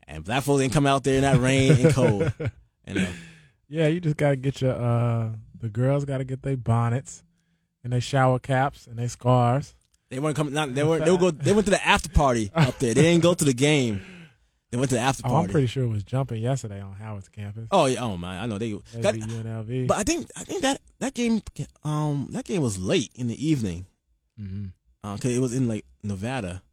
and black folks didn't come out there in that rain and cold. And uh,
yeah, you just gotta get your uh the girls gotta get their bonnets and their shower caps and their scarves.
they weren't coming. Not, they weren't. They would go. They went to the after party up there. They didn't go to the game. They went to the after
Oh, I'm
party.
pretty sure it was jumping yesterday on Howard's campus.
Oh yeah. Oh man. I know they.
That'd
that-
be UNLV.
but I think I think that that game um that game was late in the evening
Mhm.
uh, 'cause it was in like Nevada.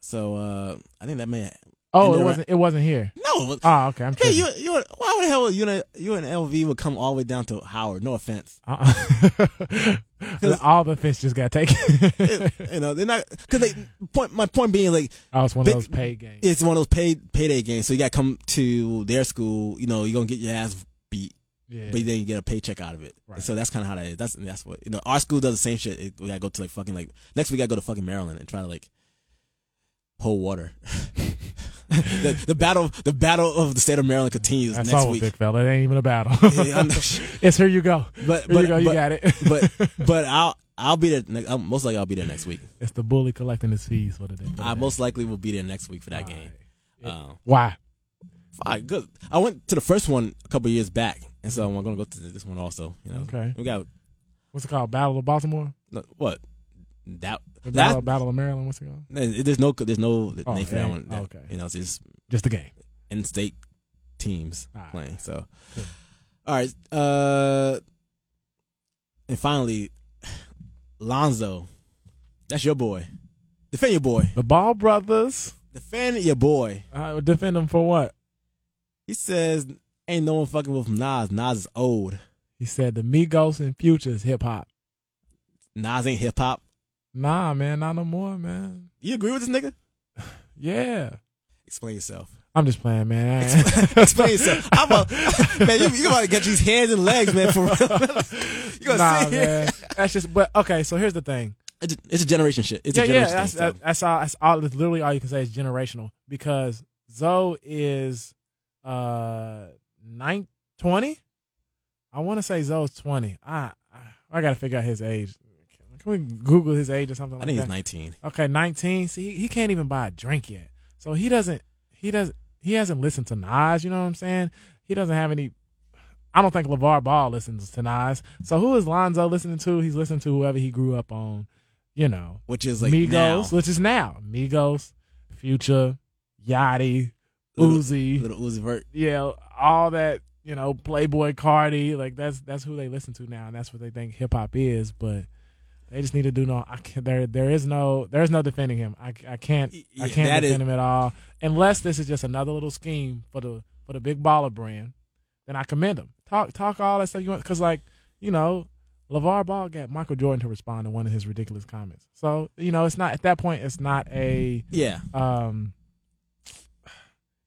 So uh I think that may
Oh,
And
it
they're-
wasn't. It wasn't here.
no. it was-
Oh, okay. I'm
Hey,
tripping.
you you why the hell would you and- you and LV would come all the way down to Howard? No offense.
Uh-uh. all the fish just got taken.
you know they're not because they point my point being like
oh, it's one
Big-
of those paid games.
it's one of those paid payday games. So you got to come to their school. You know you're gonna get your ass beat.
yeah.
but then you get a paycheck out of it.
Right.
So that's kind of how that is. That's that's what you know. Our school does the same shit. It, we gotta go to like fucking like next week. I go to fucking Maryland and try to like hold water. the, the battle, the battle of the state of Maryland continues
That's
next
all,
week.
big fella. It ain't even a battle.
Yeah, I'm not sure.
it's here. You go.
but
Here
but
you go. You
but,
got it.
but but I'll I'll be there. Ne- I'm, most likely I'll be there next week.
it's the bully collecting his fees for the day. for the
I
day.
most likely will be there next week for that
All
game.
right.
Um,
Why?
fine, good. I went to the first one a couple years back, and so I'm gonna go to this one also. You know,
Okay.
we got
What's it called? Battle of Baltimore.
no, what that
The
That-
Battle, Battle of Maryland. What's it called?
No, There's no, there's no
Oh,
name for
yeah.
that one.
Okay.
You know, it's just
Just the game.
in-state teams
All right.
playing. So,
Cool.
All right. Uh, and finally, Lonzo. That's your boy. Defend your boy.
The Ball brothers.
Defend your boy.
I would defend them for what?
He says, "Ain't no one fucking with Nas. Nas is old.
He said the Migos and Futures hip hop.
Nas ain't hip hop."
Nah, man, not no more, man.
You agree with this nigga?
Yeah.
Explain yourself.
I'm just playing, man. I-
Explain yourself. I'm a, man, you, you about to get these hands and legs, man. For real. you gonna
nah,
sit here.
man. That's just, but okay. So here's the thing.
It's a, it's a generation shit. It's
yeah,
a
yeah.
generation
That's,
thing.
that,
so.
that's all. That's all. That's literally all you can say is generational because Zoe is uh nine twenty. I want to say Zoe's twenty. I I, I got to figure out his age. Can we Google his age or something?
I
Like
think
that?
he's 19.
Okay, nineteen. See, he, he can't even buy a drink yet, so he doesn't. He does. He hasn't listened to Nas. You know what I'm saying? He doesn't have any. I don't think LeVar Ball listens to Nas. So who is Lonzo listening to? He's listening to whoever he grew up on. You know,
Which is like
Migos,
now.
which is now Migos, Future, Yachty,
Little-
Uzi,
Little Uzi Vert.
yeah, all that you know, Playboy Cardi, like that's that's who they listen to now, and that's what they think hip hop is. But they just need to do no. I can, there there is no there is no defending him. I, I can't
Yeah,
I can't
that
defend
is-
him at all unless this is just another little scheme for the for the big baller brand. Then I commend him. Talk talk all that stuff you want because like you know. LeVar Ball got Michael Jordan to respond to one of his ridiculous comments. So, you know, it's not, at that point, it's not a,
Yeah.
um,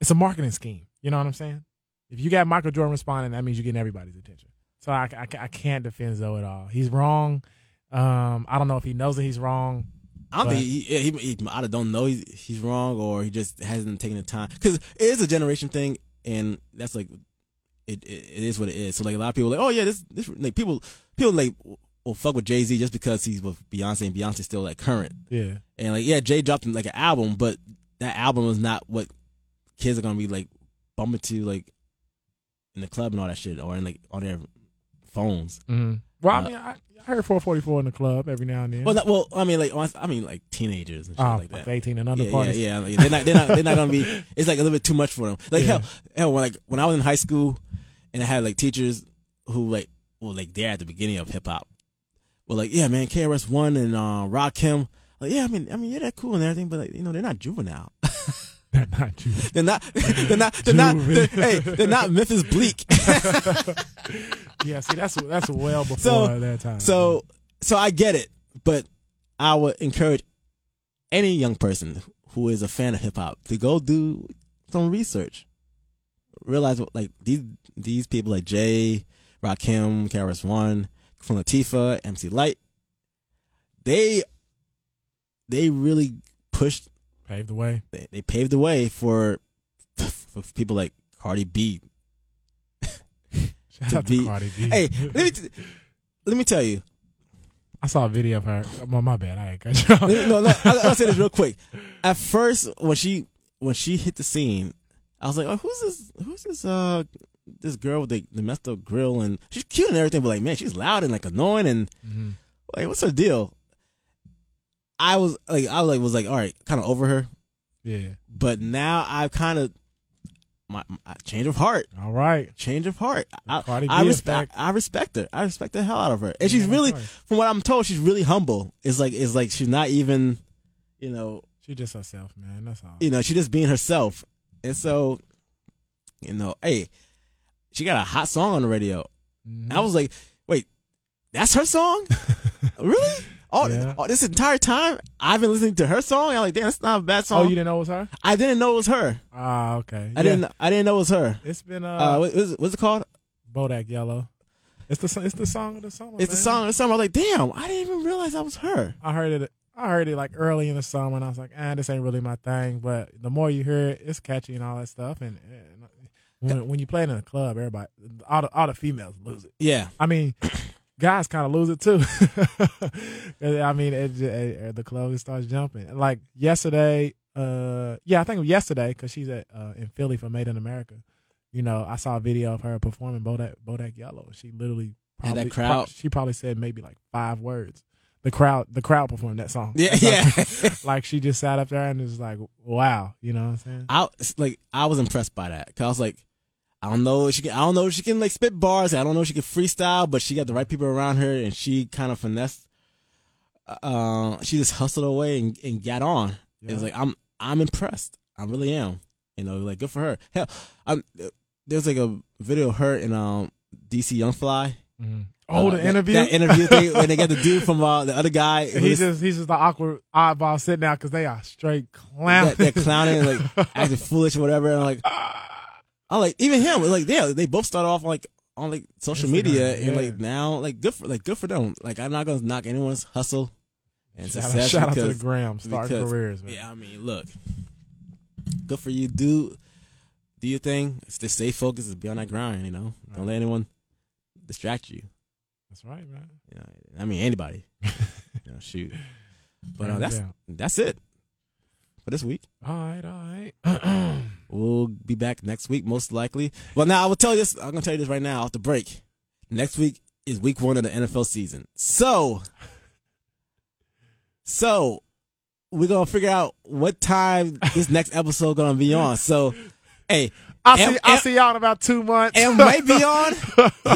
it's a marketing scheme. You know what I'm saying? If you got Michael Jordan responding, that means you're getting everybody's attention. So I, I, I can't defend Zoe at all. He's wrong. Um, I don't know if he knows that he's wrong.
I don't
But-
think he, he, he, he I don't know he's, he's wrong or he just hasn't taken the time because it is a generation thing and that's like it, it it is what it is. So like a lot of people are like oh yeah this this like people people like will fuck with Jay Z just because he's with Beyonce and Beyonce's still like current
Yeah.
and like yeah Jay dropped like an album but that album is not what kids are gonna be like bumping to like in the club and all that shit or in like on their phones.
Mm. Well, I
Uh,
mean, I, I heard 444 in the club every now and then.
Well, not, well I mean like I mean like teenagers and shit
oh,
like that.
like 18 and under
yeah,
parties.
Yeah, yeah. Like, they're not. They're not. They're not gonna be. It's like a little bit too much for them. Like
Yeah.
hell, hell. When like when I was in high school, and I had like teachers who like were like there at the beginning of hip hop. Were like, yeah, man, KRS One and uh, Rock Him. Like, yeah, I mean, I mean, yeah, they're cool and everything, but like, you know, they're not juvenile.
They're not you.
They're not. They're not. They're not. They're, hey, they're not Memphis Bleak.
Yeah, see, that's that's well before
So-
that time.
So, so I get it, but I would encourage any young person who is a fan of hip hop to go do some research. Realize what, like these these people like Jay, Rakim, Karis One, from Latifah, MC Light, they they really pushed
paved the way.
they, they paved the way for, for people like Cardi B.
Shout
To
out to
be-
Cardi B.
Hey, let me t- let me tell you,
I saw a video of her. Well, my bad. I ain't got you.
no, no. I, I'll say this real quick. At first, when she when she hit the scene, I was like, oh, "Who's this? Who's this? Uh, this girl with the, the messed up grill, and she's cute and everything, but like, man, she's loud and like annoying, and
Mhm.
like, what's her deal?" I was like, I was like, was like, all right, kind of over her,
Yeah.
but now I've kind of my, my change of heart,
All right.
change of heart. I,
Cardi
I
B
respect,
effect.
I respect her. I respect the hell out of her, and she's
Yeah,
really,
of course.
from what I'm told, she's really humble. It's like, it's like she's not even, you know,
She just herself, man. That's all.
you know, she just being herself. And so, you know, hey, she got a hot song on the radio.
Mm-hmm.
And I was like, wait, that's her song? really? All,
Yeah.
all this entire time, I've been listening to her song. I'm like, damn, that's not a bad
oh,
song.
you didn't know it was her?
I didn't know it was her.
Ah, okay.
I didn't. I didn't know it was her.
It's been uh,
Uh, what, what's, what's it called?
Bodak Yellow. It's the so- it's the song of the summer.
It's the
man.
song. The song. I was like, damn, I didn't even realize that was her.
I heard it. I heard it like early in the summer, and I was like, "Ah, this ain't really my thing." But the more you hear it, it's catchy and all that stuff. And, and uh, when, when you play it in a club, everybody, all the, all the females lose it.
Yeah.
I mean, guys kind of lose it too. I mean, it, ju- it- the club just starts jumping. Like yesterday, uh, yeah, I think it was yesterday because she's at uh, in Philly for Made in America. You know, I saw a video of her performing Bodak Bodak Yellow. She literally
Had
probably
that crowd.
pro- she probably said maybe like five words. The crowd, the crowd performed that song.
Yeah.
It's
Yeah.
Like, like she just sat up there and was like, "Wow," you know what I'm saying?
I was- like I was impressed by that. Cause I was like, I don't know if she can. I don't know if she can like spit bars. I don't know if she can freestyle, but she got the right people around her, and she kind of finessed. Uh, she just hustled away and, and got on. It's like I'm I'm impressed. I really am. You know, like good for her. Hell, I'm, there's like a video of her in um DC Young Fly.
Mhm. Oh,
Uh,
the
that-
interview.
That interview thing when they got the dude from uh, the other guy. who
He's
just-
just he's just the awkward oddball sitting out because they are straight clowning.
that, that clowning, and, like acting foolish or whatever. And I'm like,
Ah,
I like even him. Like, yeah, they both start off like on like social
Instagram,
media, and
yeah.
like now, like good for like good for them. Like, I'm not gonna knock anyone's hustle and
shout out,
success
shout out to
because
the Graham starting
because-
careers, man.
yeah, I mean, look, good for you, dude. Do your thing. Just stay focused. and Be on that grind. You know, don't let anyone distract you.
That's right, man.
you know, I mean, anybody. you know, shoot, but uh,
Hands
that's
down.
that's it for this week.
all right, all right.
We'll be back next week, most likely. Well, now I will tell you this. I'm gonna tell you this right now, off the break. Next week is week one of the NFL season. So, so we're gonna figure out what time this next episode gonna be on. So, hey,
I'll
Am-
see I'll
am-
see y'all in about two months.
M might be on.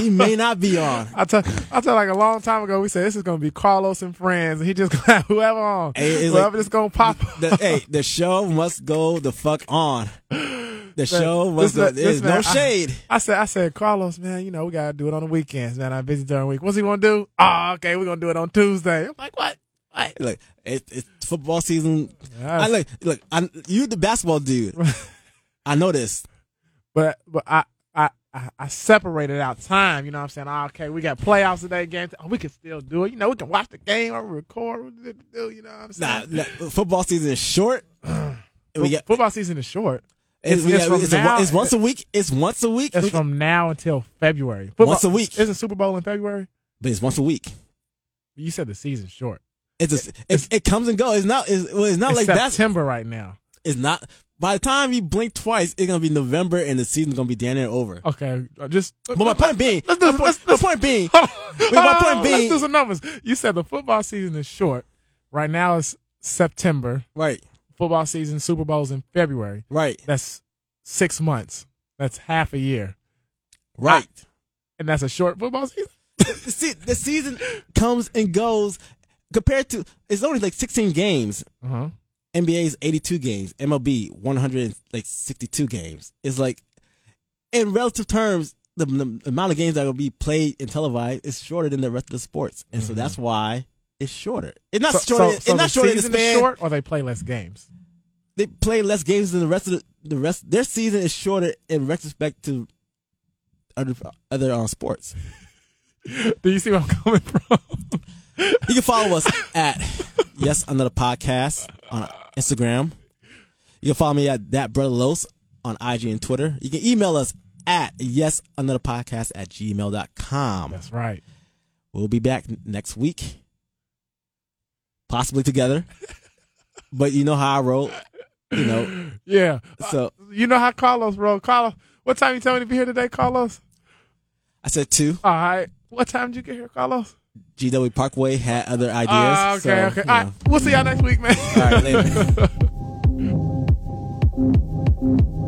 He may not be on.
I tell I tell like a long time ago, we said this is gonna be Carlos and friends, and he just gonna have whoever on,
Hey, it's
whoever
like-
just gonna pop.
The, hey, the show must go the fuck on. The show must.
this
Go,
man-
there's
this
no
man- I-
shade.
I said, I said, Carlos, man, you know we gotta do it on the weekends, man. I'm busy during the week. What's he gonna do? Oh, okay, we're gonna do it on Tuesday. I'm like, what? What?
Like it, it's football season. I
Yeah,
look, look. I, you the basketball dude. I know this.
but but I. I, I, I separated out time, you know what I'm saying? Oh, okay, we got playoffs today, game. Oh, we can still do it. You know, we can watch the game or record. You know what I'm
Nah,
saying?
nah, football season is short. And we
Fo-
get
football season is short.
it's,
it's-
we
it's
got-
from
it's a-
now-
it's once a week. It's once a week.
It's
We-
from now until February.
Once a week.
Isn't Super Bowl in February?
but it's once a week.
You said the season's short.
It's a, it, it comes and goes. It's not. It's, well, it's not
It's
like that.
September right now.
It's not. By the time you blink twice, it's gonna be November and the season's gonna be damn near over.
Okay, uh, just.
But my point being,
Let's do. Let's,
my
let's,
point being,
hold on,
my
hold on,
point
let's
being-
do some numbers. You said the football season is short. Right now it's September.
right,
Football season, Super Bowls in February.
right,
That's six months. That's half a year,
right.
and that's a short football season.
the, se- the season comes and goes. Compared to, it's only like 16 games.
Uh huh.
NBA's 82 games, MLB 162 games. It's like, in relative terms, the, the amount of games that will be played and televised is shorter than the rest of the sports, and so that's why it's shorter. It's not shorter. it's not shorter in the span.
short, or they play less games.
They play less games than the rest of the, the rest. Their season is shorter in retrospect to other other uh, sports.
Do you see where I'm coming from?
You can follow us at Yes Another Podcast on Instagram. You can follow me at That Brother Los on IG and Twitter. You can email us at Yes Another Podcast at gmail.com.
That's right.
We'll be back n- next week, possibly together. but you know how I roll, you know.
Yeah.
So
You know how Carlos rolled. Carlos, what time you tell me to be here today, Carlos?
I said two.
All right. What time did you get here, Carlos?
GW Parkway had other ideas.
Ah, okay,
so,
okay.
you
All
know.
right. We'll see y'all next week, man.
All right, later.